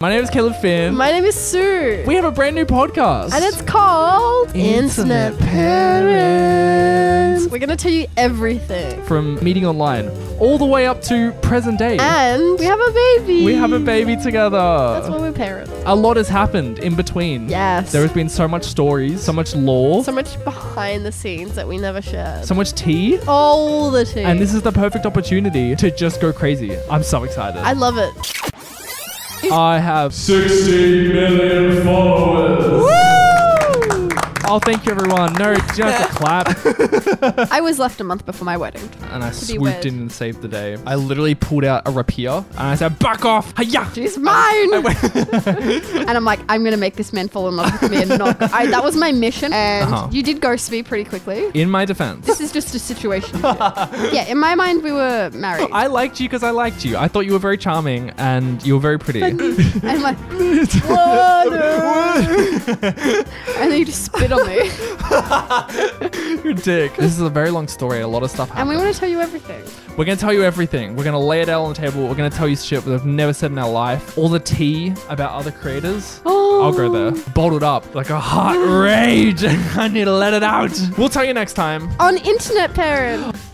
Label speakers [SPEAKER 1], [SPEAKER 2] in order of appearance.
[SPEAKER 1] My name is Caleb Finn.
[SPEAKER 2] My name is Sue.
[SPEAKER 1] we have a brand new podcast.
[SPEAKER 2] and it's called
[SPEAKER 1] Internet Parents.
[SPEAKER 2] We're going to tell you everything.
[SPEAKER 1] From meeting online all the way up to present day.
[SPEAKER 2] And we have a baby.
[SPEAKER 1] we have a baby together.
[SPEAKER 2] Ah. That's why we're parents.
[SPEAKER 1] a lot has happened in between.
[SPEAKER 2] Yes.
[SPEAKER 1] There has been so much stories, so much lore,
[SPEAKER 2] so much behind the scenes that we never shared.
[SPEAKER 1] so much tea.
[SPEAKER 2] All the tea.
[SPEAKER 1] And this is the perfect opportunity to just go crazy. I'm so excited.
[SPEAKER 2] I love it.
[SPEAKER 1] I have.
[SPEAKER 3] 60 million followers.
[SPEAKER 1] Oh, thank you, everyone. No, you don't have to clap.
[SPEAKER 2] I was left a month before my wedding.
[SPEAKER 1] And I
[SPEAKER 2] be
[SPEAKER 1] swooped
[SPEAKER 2] weird.
[SPEAKER 1] in and saved the day. I literally pulled out a rapier and I said, "Back off! Hiya!"
[SPEAKER 2] She's mine. and I'm like, I'm gonna make this man fall in love with me and not. I, that was my mission, and
[SPEAKER 1] Uh-huh.
[SPEAKER 2] you did ghost me pretty quickly.
[SPEAKER 1] In my defense,
[SPEAKER 2] This is just a situation. yeah, in my mind, we were married.
[SPEAKER 1] I liked you because I liked you. I thought you were very charming and you were very pretty.
[SPEAKER 2] and I'm like, water. and then you just spit on me.
[SPEAKER 1] You're a dick. This is a very long story. A lot of stuff
[SPEAKER 2] And
[SPEAKER 1] happened.
[SPEAKER 2] we want to tell you everything.
[SPEAKER 1] We're gonna tell you everything. We're gonna lay it out on the table. We're gonna tell you shit we've never said in our life. All the tea about other creators.
[SPEAKER 2] Oh.
[SPEAKER 1] I'll go there. Bottled up like a hot rage. I need to let it out. We'll tell you next time.
[SPEAKER 2] On internet parents.